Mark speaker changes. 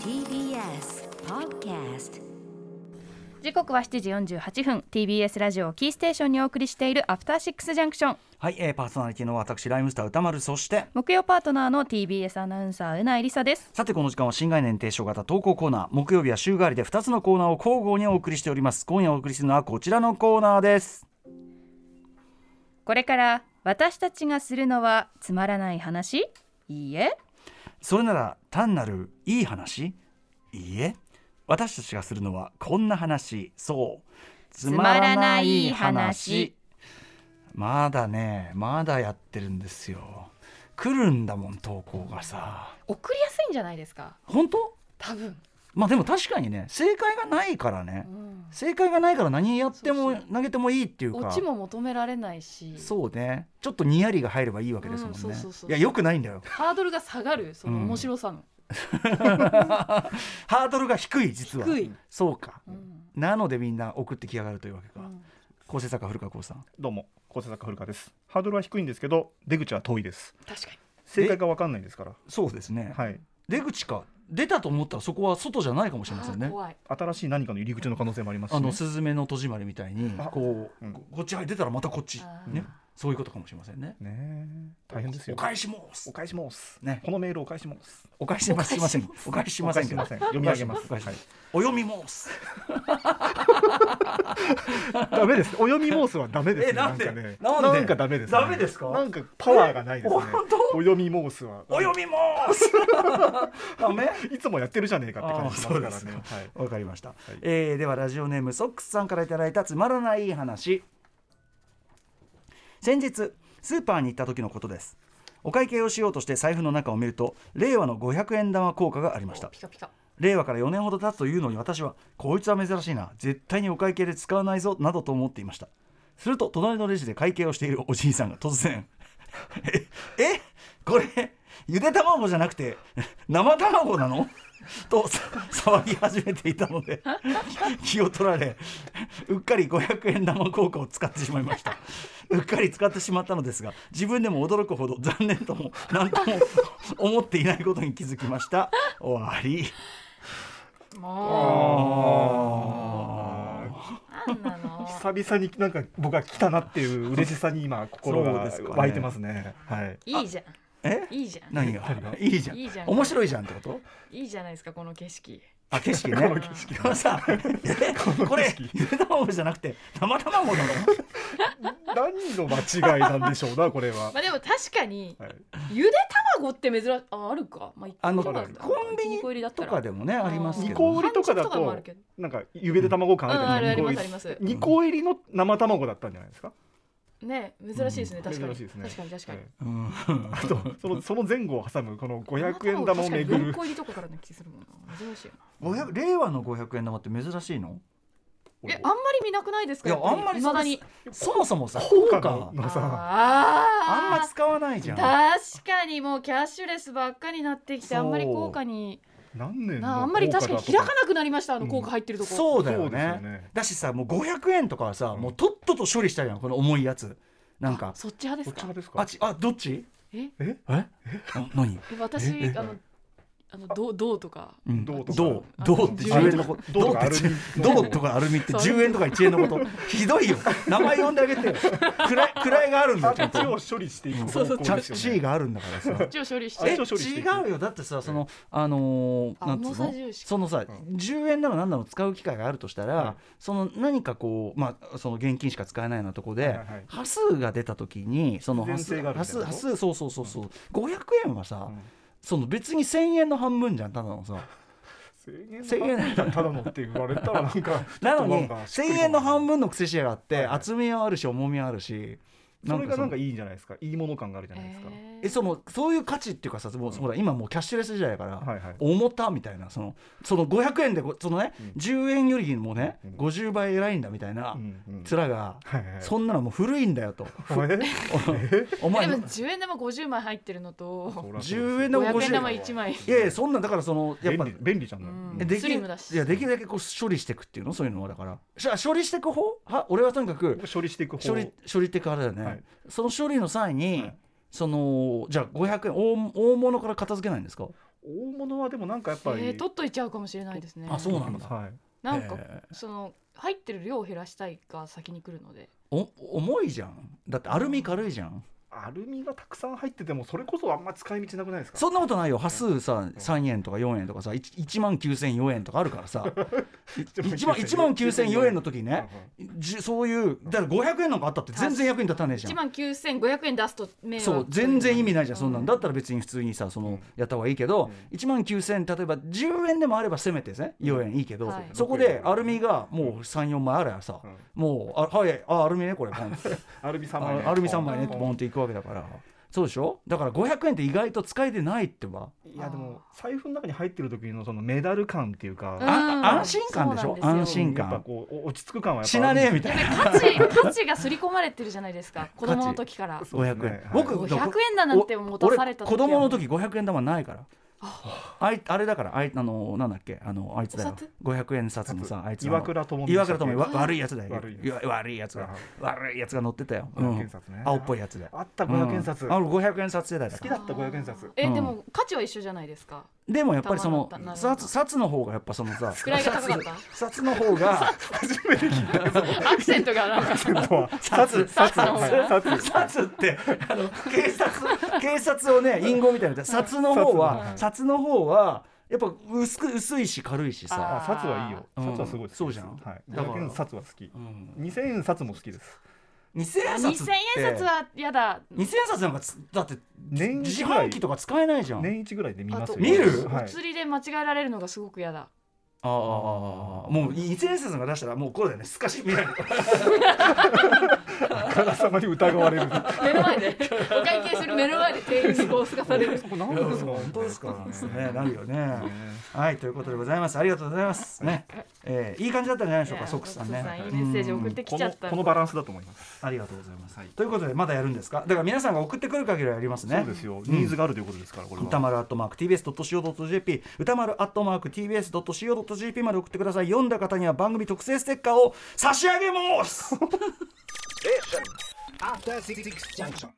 Speaker 1: TBS Podcast
Speaker 2: 時刻は7時48分 TBS ラジオをキーステーションにお送りしているアフターシックスジャンクション
Speaker 3: はい、えー、パーソナリティの私ライムスター歌丸そして
Speaker 2: 木曜パートナーの TBS アナウンサーうないりさです
Speaker 3: さてこの時間は新概念提唱型投稿コーナー木曜日は週替わりで2つのコーナーを交互にお送りしております今夜お送りするのはこちらのコーナーです
Speaker 2: これから私たちがするのはつまらない話いいえ
Speaker 3: それなら単なるいい話いいえ私たちがするのはこんな話そうつ
Speaker 2: つまらない話
Speaker 3: まだねまだやってるんですよ来るんだもん投稿がさ
Speaker 2: 送りやすいんじゃないですか
Speaker 3: 本当
Speaker 2: 多分、
Speaker 3: まあでも確かにね正解がないからね正解がないから何やっても
Speaker 2: そう
Speaker 3: 投げてもいいっていうか
Speaker 2: も求められないし
Speaker 3: そうねちょっとにやりが入ればいいわけですもん
Speaker 2: うんそう
Speaker 3: ね
Speaker 2: そうそう
Speaker 3: いやよくないんだよ
Speaker 2: ハードルが下がるそ
Speaker 3: のうん面白
Speaker 2: さの、
Speaker 3: ハードルが低い実は
Speaker 2: 低い
Speaker 3: そうかなのでみんな送ってきやがるというわけか構成作家古川光さん
Speaker 4: どうも、構成作家古川です。ハードルは低いんですけど、出口は遠いです。
Speaker 2: 確かに
Speaker 4: 正解がわかんないですから。
Speaker 3: そうですね、
Speaker 4: はい。
Speaker 3: 出口か出たと思ったらそこは外じゃないかもしれませんね
Speaker 2: 怖い
Speaker 4: 新しい何かの入り口の可能性もあります
Speaker 3: あ
Speaker 4: し、
Speaker 3: の「
Speaker 4: ね。
Speaker 3: すずめの戸締まり」みたいに
Speaker 4: あ
Speaker 3: こう、
Speaker 4: うん
Speaker 3: ここっち入ってたらまたこっち
Speaker 2: あー
Speaker 3: ねそういうことかもしれませんね
Speaker 4: ねえ大変です
Speaker 3: お
Speaker 4: よ。
Speaker 3: 返します
Speaker 4: お返します。
Speaker 3: ね
Speaker 4: このメールお返します。
Speaker 3: お返しますいませんお返ししませんけど
Speaker 4: お返ししません読み上げます
Speaker 3: お返しし
Speaker 4: はい
Speaker 3: お読み申す
Speaker 4: ダメです。お読み申すはダメです、
Speaker 3: え
Speaker 4: ね。
Speaker 3: なんで
Speaker 4: かね。
Speaker 3: なんで
Speaker 4: なんかダメです、ね。
Speaker 3: ダメですか
Speaker 4: なんかパワーがないですね
Speaker 3: え本当。
Speaker 4: お読み申すは。
Speaker 3: お読み申 すダメ
Speaker 4: いつもやってるじゃねえかって感じしますから
Speaker 3: あーそう
Speaker 4: ね。
Speaker 3: です
Speaker 4: はい。
Speaker 3: わかりました、
Speaker 4: い
Speaker 3: えーではラジオネームソックスさんからいただいたつまらない話先日スーパーに行った時のことですお会計をしようとして財布の中を見ると令和の500円玉効果がありました
Speaker 2: ピカピカ
Speaker 3: 令和から4年ほど経つというのに私はこいつは珍しいな絶対にお会計で使わないぞなどと思っていましたすると隣のレジで会計をしているおじいさんが突然 ええこれゆで卵じゃなくて生卵なのとさ 騒ぎ始めていたので 気を取られうっかり500円玉効果を使ってしまいましたうっかり使ってしまったのですが自分でも驚くほど残念とも何とも思っていないことに気づきました終わり
Speaker 4: あ
Speaker 2: なんな の
Speaker 4: あ。久々になんか僕が来たなっていう嬉しさに今心
Speaker 3: そう
Speaker 4: が
Speaker 3: ですかね
Speaker 4: 湧いてますね。はい。
Speaker 2: いいじゃ
Speaker 3: え
Speaker 2: んいいじゃん
Speaker 3: 何がいいじゃん
Speaker 2: いいじゃん
Speaker 3: 面白いじゃんってこと
Speaker 2: いいじゃないですかこの景色
Speaker 3: あ景色ね
Speaker 4: この景 色
Speaker 3: これさえこれゆで卵じゃなくて生卵なの
Speaker 4: 何の間違いなんでしょうな、これは。
Speaker 2: まあでも確かに
Speaker 4: はい
Speaker 2: ゆで卵って珍しいああるか、まあ、
Speaker 3: あの
Speaker 2: 一
Speaker 3: コ
Speaker 2: 個
Speaker 3: ン
Speaker 2: だったら
Speaker 3: ビ
Speaker 2: 一個入りだ
Speaker 3: ニ
Speaker 2: った
Speaker 3: と
Speaker 2: ら
Speaker 3: かでもねありますけど
Speaker 4: 二個
Speaker 3: ね
Speaker 4: 売りとかだ
Speaker 2: 半熟とかもある
Speaker 4: と
Speaker 2: けど、
Speaker 4: なんかゆで卵感あるじゃ
Speaker 2: うん
Speaker 4: な
Speaker 2: あ
Speaker 4: い
Speaker 2: るあり
Speaker 4: で
Speaker 2: ますすあります
Speaker 4: 2個入りの生卵だったんじゃないですか。
Speaker 2: ね珍しいですね、確かに
Speaker 4: 珍しいですね。
Speaker 2: 確かに確かに、
Speaker 4: はい
Speaker 3: うん
Speaker 4: あとそのその前後を挟むこの
Speaker 2: 五
Speaker 4: 500円玉をめぐる
Speaker 2: 個入りとかからの気するもんな珍しいよな
Speaker 3: 500令和の500円玉って珍しいの
Speaker 2: えあんまり見なくないですか
Speaker 3: いや
Speaker 2: やっぱ
Speaker 3: あんまり
Speaker 2: 未だに
Speaker 3: そもそもさ
Speaker 4: 効
Speaker 3: 効
Speaker 4: 果
Speaker 3: 果
Speaker 4: ののさ
Speaker 2: あ
Speaker 3: あんま
Speaker 2: ー
Speaker 3: 使わないじゃん
Speaker 2: 確かにもうキャッシュレスばっかになってきてあんまり効果に
Speaker 4: 何年の
Speaker 2: なあんまり確かに開かなくなりましたあの
Speaker 4: うん
Speaker 2: 効果入ってるとこ、
Speaker 3: そうだ
Speaker 4: そ
Speaker 3: よ
Speaker 4: うですよ
Speaker 3: ね
Speaker 4: ね
Speaker 3: だしさもう500円とかはさ
Speaker 4: うん
Speaker 3: もうとっとと処理したいやんこの重いやつなんか
Speaker 2: そっち派です
Speaker 4: こっち
Speaker 2: か
Speaker 4: 派ですか
Speaker 3: あちあどっち
Speaker 2: え
Speaker 4: え
Speaker 3: えあ何
Speaker 2: え私
Speaker 4: ええ
Speaker 2: あのあのどうどうとか
Speaker 3: うん
Speaker 4: 銅とか
Speaker 3: 銅
Speaker 2: あ
Speaker 3: 銅って
Speaker 2: 10
Speaker 3: 10円のこと
Speaker 4: 銅
Speaker 3: 銅っ
Speaker 4: とかア
Speaker 3: て
Speaker 4: ルミ
Speaker 3: 10銅とかアルミって
Speaker 2: そう
Speaker 3: 10円とか1円のことひどいよ名前呼んであげてよ位位があるんだよちゃ
Speaker 4: あ
Speaker 3: ん
Speaker 4: っち
Speaker 3: と
Speaker 4: を処理していく
Speaker 2: そうそう
Speaker 4: 方
Speaker 3: ちゃ
Speaker 4: 向
Speaker 3: ん
Speaker 4: で
Speaker 3: と
Speaker 4: すよね
Speaker 3: C があるんだからさ
Speaker 2: 一応処理し
Speaker 4: あ
Speaker 3: え
Speaker 2: て
Speaker 4: 一応処理していく
Speaker 3: 違うよだってさそのあのー
Speaker 2: あ
Speaker 3: なんつう
Speaker 2: 重さ
Speaker 3: の
Speaker 2: 重視
Speaker 3: そのさ
Speaker 4: う
Speaker 3: 10円なら何なの使う機会があるとした
Speaker 4: は
Speaker 3: ら
Speaker 4: い
Speaker 3: その何かこうまあその現金しか使えないようなとこ
Speaker 4: はい
Speaker 3: で
Speaker 4: はい
Speaker 3: 端数が出た時にその端
Speaker 4: 必
Speaker 3: 数
Speaker 4: 然性がある
Speaker 3: 端
Speaker 4: みたい
Speaker 3: 数
Speaker 4: な
Speaker 3: 端数そうそうそうそう500円はさ
Speaker 4: うん
Speaker 3: その別に1000円の半分じゃんただのさ
Speaker 4: 1000円のただのって言われた らなんか
Speaker 3: なのに
Speaker 4: ちょっとなんかし
Speaker 3: 1000
Speaker 4: っくりこない
Speaker 3: 円の半分の癖しやがっ
Speaker 4: はい
Speaker 3: て
Speaker 4: はい
Speaker 3: 厚みはあるし重みはあるし
Speaker 4: それがなん
Speaker 3: そ
Speaker 4: か
Speaker 3: の
Speaker 4: いいんじゃないですかいいもの感があるじゃないですか、
Speaker 2: えー
Speaker 3: えそのそういう価値っていうかさもうほら今もうキャッシュレス時代だから
Speaker 4: はいはい
Speaker 3: 重たみたいなそのその500円でごそのね
Speaker 4: うん
Speaker 3: 10円よりもね
Speaker 4: うん
Speaker 3: 50倍偉いんだみたいな
Speaker 4: うんうん
Speaker 3: 面が
Speaker 4: はいはいはい
Speaker 3: そんなのもう古いんだよと
Speaker 4: え
Speaker 3: お前
Speaker 2: でも10円玉50枚入ってるのと
Speaker 3: 10円でも
Speaker 2: 500
Speaker 3: 50
Speaker 2: 円玉1枚
Speaker 3: いやいやそんなんだからそのやっ
Speaker 4: 便
Speaker 3: ぱ
Speaker 4: 利便利じゃん、
Speaker 2: うん
Speaker 3: え
Speaker 4: で
Speaker 3: でき
Speaker 2: スリムだし
Speaker 3: いやできるだけこう処理していくっていうのそういうのはだからしゃ処理していく方は俺はとにかく
Speaker 4: 処理していく方
Speaker 3: 処理処理ってかあれだよね、
Speaker 4: はい
Speaker 3: その処理の際に、
Speaker 4: はい
Speaker 3: そのじゃあ500円大大物から片付けないんですか
Speaker 4: 大物はでもなんかやっぱり、
Speaker 5: えー取っといちゃうかもしれないですね
Speaker 3: あそうなんだ
Speaker 4: はい、
Speaker 5: なんか
Speaker 3: えー
Speaker 5: その入ってる量を減らしたいが先に来るので
Speaker 3: お重いじゃんだってアルミ軽いじゃん
Speaker 4: アルミがたくさん入っててもそれこそあんま使い道なくないですか
Speaker 3: そんなことないよ端数さ3円とか4円とかさ 1, 万9004円とかあるからさ1万1万9004円の時ねじそういうだから500円なんかあったって全然役に立たねえじゃ
Speaker 5: 1
Speaker 3: ん
Speaker 5: 万9500円出すと迷惑
Speaker 3: そう全然意味ないじゃんそんなんだ
Speaker 5: う
Speaker 3: ったら別に普通にさその、
Speaker 4: うん
Speaker 3: やった方がいいけど、
Speaker 4: うん
Speaker 3: 1万9000例えば10円でもあればせめてですね4円いいけど、
Speaker 5: はい
Speaker 3: そこでアルミがもう34枚あればさ、
Speaker 4: うん
Speaker 3: もうあはいあアルミねこれポンって
Speaker 4: アルミ3枚ね
Speaker 3: あアルミ3枚ねって
Speaker 4: うん
Speaker 3: ポンっていくわけだからそうでしょだから500円って意外と使えてないってば
Speaker 4: いやでも財布の中に入ってる時のそのメダル感っていうか、
Speaker 5: うん
Speaker 3: あ安心感でしょ
Speaker 5: そうなん
Speaker 3: 安
Speaker 5: ですよ
Speaker 3: 心
Speaker 4: やっぱ
Speaker 3: 感
Speaker 4: こうお落ち着く感はやっぱ
Speaker 3: 死なねえみたい
Speaker 5: やっ
Speaker 3: な
Speaker 5: ぱり価値価値が刷り込まれてるじゃないで すか子供の時から
Speaker 4: そうです
Speaker 3: 500
Speaker 4: ね
Speaker 3: 円
Speaker 4: はい
Speaker 3: 僕
Speaker 5: 500円だなんて持たされた
Speaker 3: 俺子供の時500円玉ないからあいあれだからあいあのなんだっけあのあいつだ
Speaker 5: お
Speaker 3: よ
Speaker 5: 札
Speaker 3: 500円札のさあいつあの
Speaker 4: 岩倉智美
Speaker 3: 岩倉智美わ
Speaker 4: はい
Speaker 3: 悪いやつだよ
Speaker 4: 悪いやつ
Speaker 3: いわ悪いやつが悪いやつが乗ってたようん
Speaker 4: 500円札ね
Speaker 3: 青っぽいやつで
Speaker 4: あった500円札、
Speaker 3: うんあの500円札世代だ
Speaker 4: 好
Speaker 3: か
Speaker 4: き
Speaker 3: ら
Speaker 4: だった500円札
Speaker 5: え、
Speaker 3: うん
Speaker 5: でも価値は一緒じゃないですか
Speaker 3: でもやっぱりその
Speaker 5: 玉だったな
Speaker 3: 札札の方がやっぱそのさ
Speaker 5: 位が高かった
Speaker 3: 札の方が
Speaker 5: アクセントがな んか
Speaker 3: 札
Speaker 5: 札の方が
Speaker 4: 札
Speaker 3: 札ってあの警察警察をね隠語みたいな札の方は札の方はやっぱ薄く薄いし軽いしさ
Speaker 4: あ札はいいよ
Speaker 3: うん
Speaker 4: 札はすごい好きです
Speaker 3: そうじゃん
Speaker 4: はい、
Speaker 3: だから
Speaker 4: 500円札は好き
Speaker 3: うん
Speaker 4: 2000円札も好きです
Speaker 3: 2000円札っ
Speaker 5: 2000
Speaker 3: て
Speaker 5: 円札はやだ
Speaker 3: 2000円札なんかつだって
Speaker 4: 年一
Speaker 3: 自
Speaker 4: ぐらい
Speaker 3: 販機とか使えないじゃん
Speaker 4: 年一ぐらいで見ますよ
Speaker 5: あと
Speaker 3: 見る
Speaker 4: はい、
Speaker 5: 釣りで間違えられるのがすごくやだ
Speaker 3: ああもう2000円札なんか出したらもうこうだよねすかしみたいな
Speaker 4: あからさまに疑われる
Speaker 5: 目の前でお会計する目の前で店員にこうすかされる
Speaker 4: そこ何ですか
Speaker 3: 本当ですかねなるよねはいということでございますありがとうございますねえーいい感じだったんじゃないでしょうか
Speaker 5: いや
Speaker 3: ソックスさん
Speaker 5: ソッ
Speaker 3: ね
Speaker 5: クスさんいいメッセージ送ってき
Speaker 4: こ
Speaker 5: ちゃ
Speaker 4: の
Speaker 5: った
Speaker 4: このバランスだと思います、
Speaker 3: ありがとうございます
Speaker 4: はい
Speaker 3: ということでまだやるんですかだから皆さんが送ってくる限りはやりますね
Speaker 4: そうですよニーズがあるということですからこれは
Speaker 3: 歌丸アットマーク TBS.CO.JP 歌丸アットマーク TBS.CO.JP まで送ってください読んだ方には番組特製ステッカーを差し上げます
Speaker 6: After Six Junction.